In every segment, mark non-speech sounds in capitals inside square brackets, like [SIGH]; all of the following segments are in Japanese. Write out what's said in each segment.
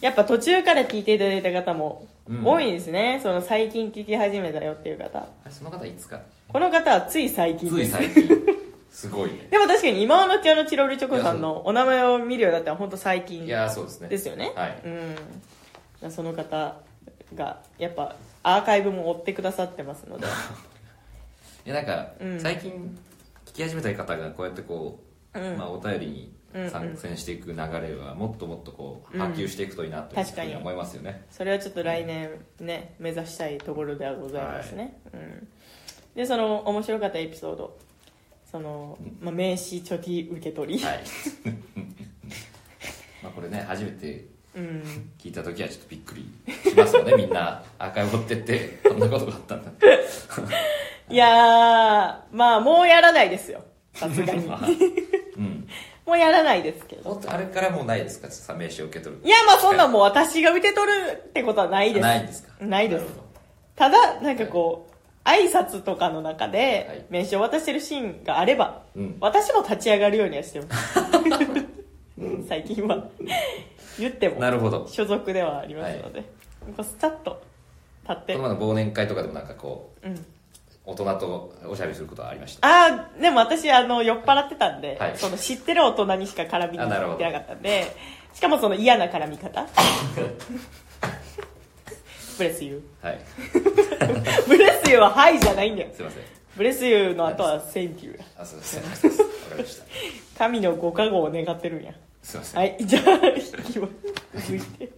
やっぱ途中から聞いていただいた方もうん多いんですね、その最近聞き始めたよっていう方あれその方いつかこの方はつい最近つでいす最近すごいねでも確かに今の家のチロルチョコさんのお名前を見るようになったら本当最近いやーそうですねですよねはいうんだからその方がやっぱアーカイブも追ってくださってますの [LAUGHS] でいやなんか、うん最近聞き始めた方がこうやってこう、うんまあ、お便りに参戦していく流れはもっともっとこう波及していくといいなという確かふうにに思いますよね、それはちょっと来年ね目指したいところではございますね、うん、でその面白かったエピソードその、まあ、名刺貯金受け取り、はい [LAUGHS] まあこれね初めてうん聞いた時はちょっとびっくりしますよねみんな赤い持ってってこんなことがあったんだいやー、まあもうやらないですよ。さす [LAUGHS] がに。まも [LAUGHS] あうんうやらないですけど。もっとあれからもうないですかちょっとさ名刺を受け取るいや、まあそんなんもう私が受け取るってことはないです。ないんですかないでするほどただ、なんかこう、挨拶とかの中はでい名刺を渡してるシーンがあれば、うん私も立ち上がるようにはしてます。 [LAUGHS] 最近は。言っても [LAUGHS] な、るほど所属ではありますので。こうスタッと立っこての。前の忘年会とかでもなんかこううん大人とおしゃべりすることはありましたああ、でも私、あの、酔っ払ってたんで、はいその知ってる大人にしか絡みに行あなるほどってなかったんで、しかもその嫌な絡み [LAUGHS] 方。ブレスユはいー。ブレスユーははいじゃないんだよ。すいませんブレスユーの後はセンキューや。あすいませんわかりました神のご加護を願ってるんや。すいませんはい、じゃあ、引きま続いて。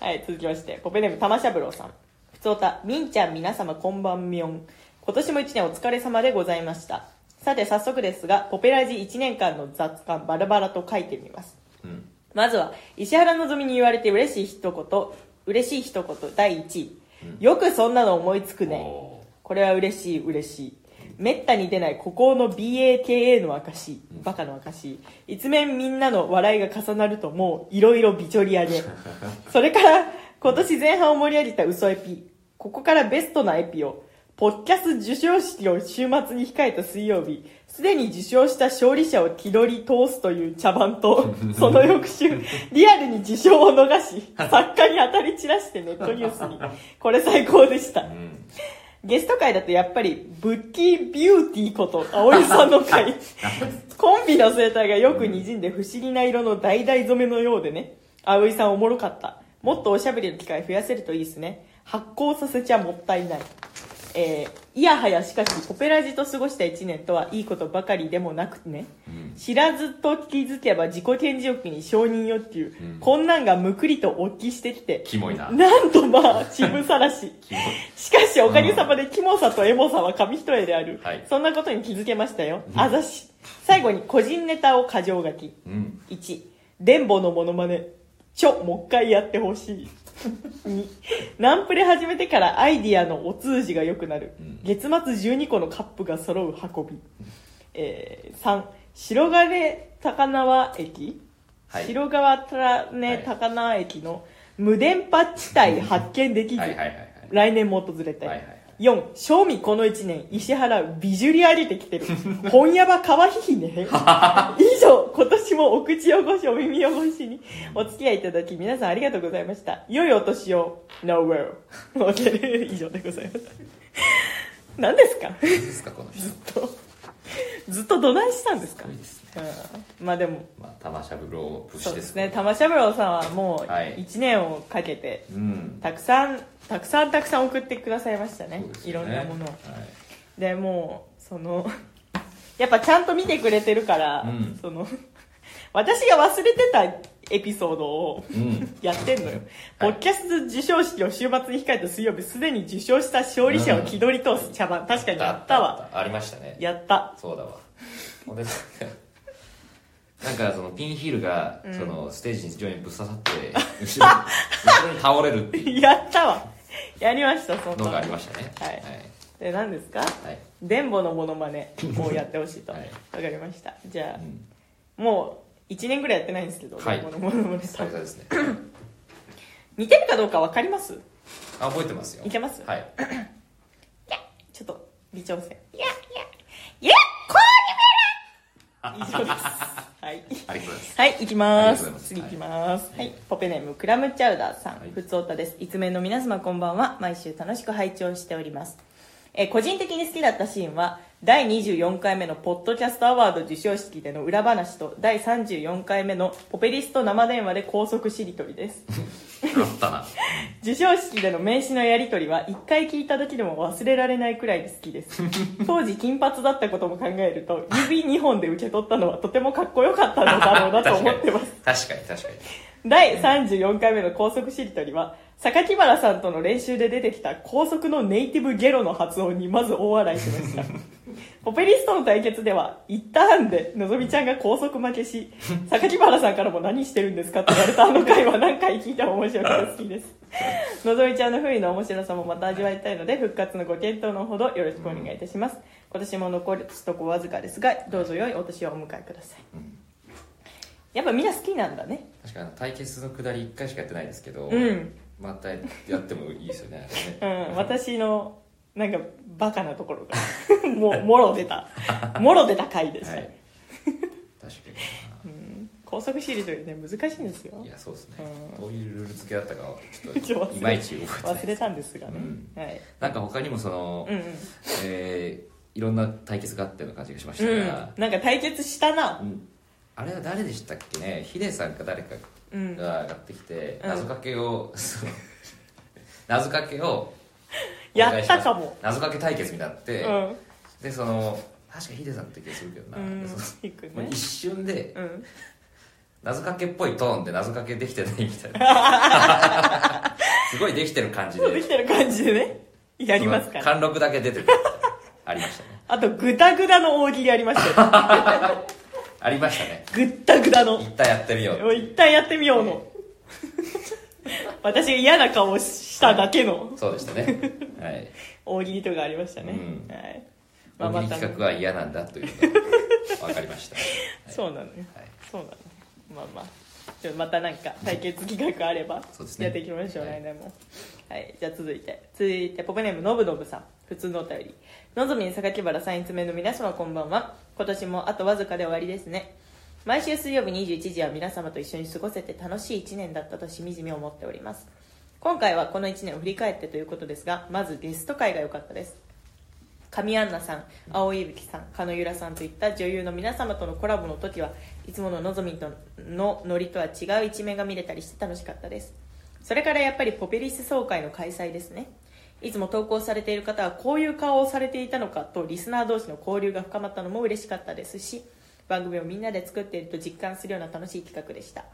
はい、続きまして、ポペネーム、玉三郎さん。ふつおた、みんちゃん皆様こんばんみょん。今年も一年お疲れ様でございました。さて、早速ですが、ポペラジ1年間の雑感バラバラと書いてみます。うんまずは、石原のぞみに言われて嬉しい一言、嬉しい一言、第1位。よくそんなの思いつくね。おこれは嬉しい嬉しいめったに出ない孤高の BAKA の証バカの証一面みんなの笑いが重なるともういろいろびちょり上げそれから今年前半を盛り上げた嘘エピここからベストなエピをポッキャス授賞式を週末に控えた水曜日すでに受賞した勝利者を気取り通すという茶番とその翌週リアルに受賞を逃し作家に当たり散らしてネットニュースにこれ最高でしたーうんゲスト会だとやっぱり、ブッキービューティーこと、葵さんの [LAUGHS] 会。コンビの生態がよく滲んで不思議な色の橙染めのようでね。葵さんおもろかった。もっとおしゃべりの機会増やせるといいですね。発酵させちゃもったいない。えー、いやはやしかし、ポペラジと過ごした1年とはいいことばかりでもなくね。うん知らずと気づけば自己顕示欲に承認欲求、うんこんなんがむくりとおっきしてきて、キモいななんとまあ、渋さら [LAUGHS] し。キモいしかし、おかげさまで、キモさとエモさは紙一重である。はいそんなことに気づけましたよ。あざし。最後に、個人ネタを過剰書き。うん1、電ボのモノマネ。ちょ、もう一回やってほしい。2、ナンプレ始めてからアイディアのお通じが良くなる。うん月末12個のカップが揃う運び。えー、3、白金高輪駅はい白川たはねい高輪駅の無電波地帯発見できずはいはいはいはい来年も訪れて、はいはいはい4正味この1年石原ビジュリアリてきて [LAUGHS] る本屋場かわひひね以上今年もお口汚しお耳汚しにお付き合いいただき皆さんありがとうございました良いお年を Nowhere 以上でございます何ですかいいですかこの人すずっとどないしたんですかごいですねうんまあでもまあ玉しゃぶろうそ節うでですすね玉三郎さんはもうはい1年をかけてうんたくさんたくさんたくさん送ってくださいましたねそうですいよろんねなものをはいでもうその [LAUGHS] やっぱちゃんと見てくれてるから、うんその [LAUGHS] 私が忘れてたエピソードをうんやってんのよ、ポはいッキャス授賞式を週末に控えた水曜日すでに受賞した勝利者を気取り通す茶番、確かにやったわあありましたねやった [LAUGHS] そうだわほんでなんかそのピンヒールがうんそのステージに非常にぶっ刺さって [LAUGHS] 後ろに後ろに倒れるっていうやったわやりましたそんのながありましたねはいで何ですかはい電ボのモノマネをやってほしいとわ、はいかりましたじゃはあい、うん、もう1年ぐらいやってないんですけど、はい電ボのモノマネ久々 [LAUGHS] ですね似てるかどうか分かりますあ覚えてますよいけますはいちょっと [LAUGHS] 微調整。いやいや、いや、こうにめる以上です。ははいありがとうございますはい、行きまあすりがとうござい。ます次行きます。はい、ポペネームクラムチャウダーさはいん、ふつおたです。いつめの皆様こんばんは。毎週楽しく拝聴しております。えー個人的に好きだったシーンは、第24回目のポッドキャストアワード授賞式での裏話と、第34回目のポペリスト生電話で高速しりとりです。あったな授賞式での名刺のやり取りは一回聞いただけでも忘れられないくらい好きです当時金髪だったことも考えると指2本で受け取ったのはとてもかっこよかったのだろうなと思ってます確かに確かに第34回目の高速しりとりは榊原さんとの練習で出てきた高速のネイティブゲロの発音にまず大笑いしましたポペリストの対決では一ターンでのぞみちゃんが高速負けし榊原さんからも何してるんですかって言われたあの回は何回聞いても面白くて好きですのぞみちゃんの不意の面白さもまた味わいたいので復活のご検討のほどよろしくお願いいたします、今年も残りとこわずかですがどうぞ良いお年をお迎えください、うんやっぱみんな好きなんだね確かにあの対決のくだり1回しかやってないですけど、うんまたやってもいいですよねうあれねん私のなんかバカなところが [LAUGHS] もうもろ出たもろ出た回でした、 [LAUGHS] はい確か高速しりとりね難しいんですよにいやそうですねうんどういうルール付けだったかはちちょょっっと忘とれいまいち覚えてない忘れたんですがね、うんはいなんか他にもその、うんうんえーいろんな対決があったような感じがしましうたんが、なんか対決したなうんあれは誰でしたっけねヒデさんか誰かうんが上がってきて、うん謎かけを、そう謎かけをやったかも謎かけ対決になって、うんでその確かヒデさんって気がするけどな、うんでそのいくもうね一瞬でうん謎かけっぽいトーンで謎かけできてないみたい [LAUGHS] なすごいできてる感じそうでできてる感じでね [LAUGHS] やりますからその貫禄だけ出てるありましたねあとグダグダの大喜利ありま [LAUGHS] したよありましたねグッダグダの一旦やってみよう [LAUGHS] もう一旦やってみようの [LAUGHS] 私が嫌な顔しただけのそうでしたねはい大喜利とかありましたね、うんはい、 [LAUGHS] まあ大喜利また企画は嫌なんだということが分かりま [LAUGHS] した、はい、そうなのよ、はいそうなのよまあまあちょっとまたなんか対決企画あればそうですねやっていきましょう、はい来年もはいじゃあ続いて続いてポペネームのぶのぶさん普通のお便りのぞみん榊原さんいつめの皆様こんばんは今年もあとわずかで終わりですね毎週水曜日21時は皆様と一緒に過ごせて楽しい1年だったとしみじみ思っております今回はこの1年を振り返ってということですがまずゲスト会が良かったです上アンナさん蒼井いぶきさん狩野由良さんといった女優の皆様とのコラボの時はいつもののぞみとのノリとは違う一面が見れたりして楽しかったですそれからやっぱりポペリス総会の開催ですねいつも投稿されている方はこういう顔をされていたのかとリスナー同士の交流が深まったのも嬉しかったですし番組をみんなで作っていると実感するような楽しい企画でした、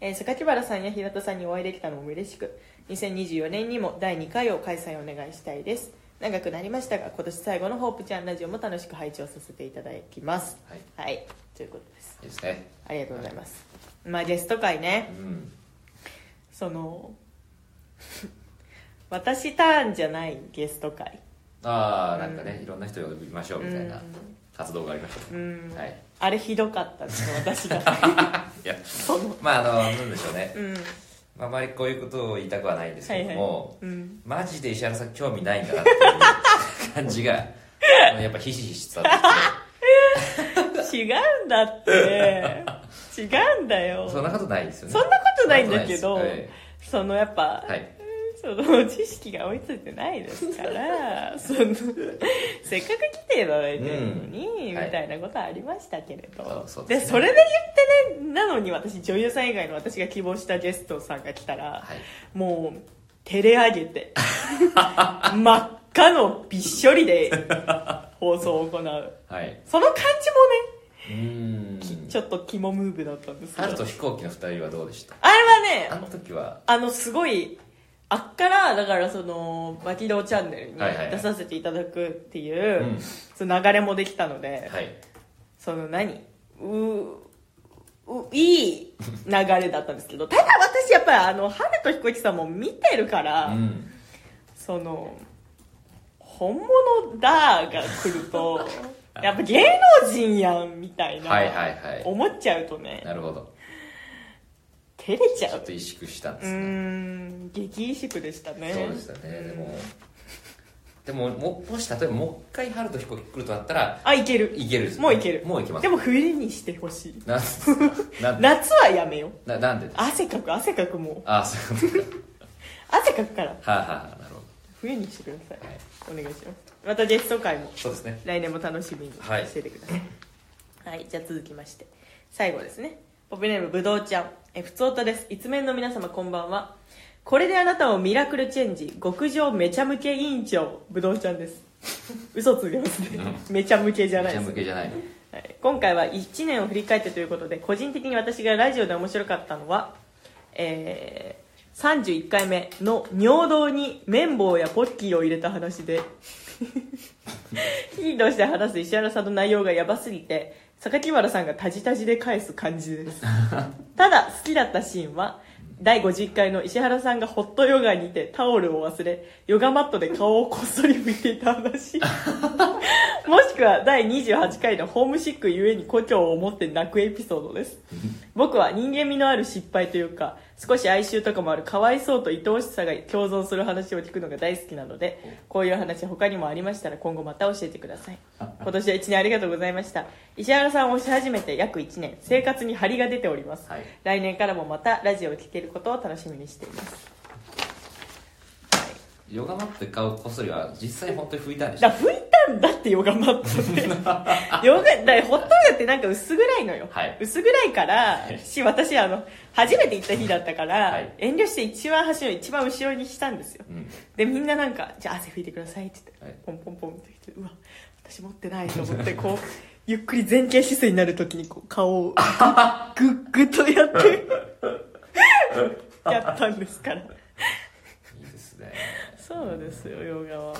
えー榊原さんや平田さんにお会いできたのも嬉しく2024年にも第2回を開催お願いしたいです長くなりましたが今年最後の「ホープちゃんラジオ」も楽しく拝聴させていただきますはい、いはいということですいですねありがとうございますまあゲスト会ねうんその [LAUGHS] 私ターンじゃないゲスト会ああなんかねいろんな人呼びましょうみたいうなん活動がありましたうねん、はいあれひどかったです私が [LAUGHS] いやそのまああのなんでしょうねうんまああまりこういうことを言いたくはないんですはけいどはいもうんマジで石原さん興味ないんだなっていう [LAUGHS] 感じがやっぱひしひし伝わって違うんだって違うんだよきてそんなことないですよねそんなことないんだけどそんなことないですそのやっぱ、はいはいその知識が追いついてないですから [LAUGHS] そのせっかく来ていただいてるのに、うんみたいなことはありましたけれど、そうそうでですねそれで言ってねなのに私女優さん以外の私が希望したゲストさんが来たら、はいもう照れ上げ [LAUGHS] て真っ赤のびっしょりで放送を行うはいその感じもうーんねちょっと肝ムーブだったんですけど春と飛行機の二人はどうでしたあれあはねの時はあのすごいあっからだからその「バキドーチャンネル」にはいはいはい出させていただくっていう、うんその流れもできたので、はいその何うういい流れだったんですけどただ私やっぱりあの春と彦一さんも見てるから、うんその本物だーが来ると [LAUGHS] やっぱ芸能人やんみたいな、はいはいはい思っちゃうとねなるほど照れちゃちょうっと萎縮したんでうすねーん激萎縮でしたねそうでしたね、でもでもももし例えばもう一回春と彦来るとなったらあいけるいけるですもういけるもういけますでも冬にしてほしいなんなんで夏はやめようななんで汗かく汗かくもうあそういうこ汗かくからとかはいはいはいなるほど冬にしてくださいはいお願いしますまたゲスト会もそうですね来年も楽しみにしててください、はい、じゃあ続きまして最後ですねポピュネームぶどうちゃんえふつおたです一面の皆様こんばんはこれであなたをミラクルチェンジ極上めちゃムケ委員長ぶどうちゃんです嘘ついてますねめちゃムケじゃない一で応す向けじゃないはい今回は1年を振り返ってということで個人的に私がラジオで面白かったのは、えー、31回目の尿道に綿棒やポッキーを入れた話で [LAUGHS] ヒーローして話す石原さんの内容がヤバすぎて榊原さんがタジタジで返す感じですただ好きだったシーンは第50回の石原さんがホットヨガにてタオルを忘れヨガマットで顔をこっそり拭いていた [LAUGHS] 話もしくは第28回のホームシックゆえに故郷を思って泣くエピソードです。僕は人間味のある失敗というか、少し哀愁とかもあるかわいそうと愛おしさが共存する話を聞くのが大好きなので、こういう話他にもありましたら今後また教えてください。今年は1年ありがとうございました。石原さんを推し始めて約1年、生活に張りが出ております。はい来年からもまたラジオを聴けることを楽しみにしています。ヨガマットで買うこっそりは実際本当に拭いたんでしょだから拭いたんだってヨガマット [LAUGHS] でヨガだからホットヨガってなんか薄暗いのよ、はい薄暗いからはいし私あの初めて行った日だったから、はい遠慮して一番端の一番後ろにしたんですようんでみんななんか「じゃあ汗拭いてください」って言って、はいポンポンポンって言ってうわ私持ってないと思ってこうゆっくり前傾姿勢になるときにこう顔 [LAUGHS] をグッグッとやってやったんですからいいですねそうですよヨガはも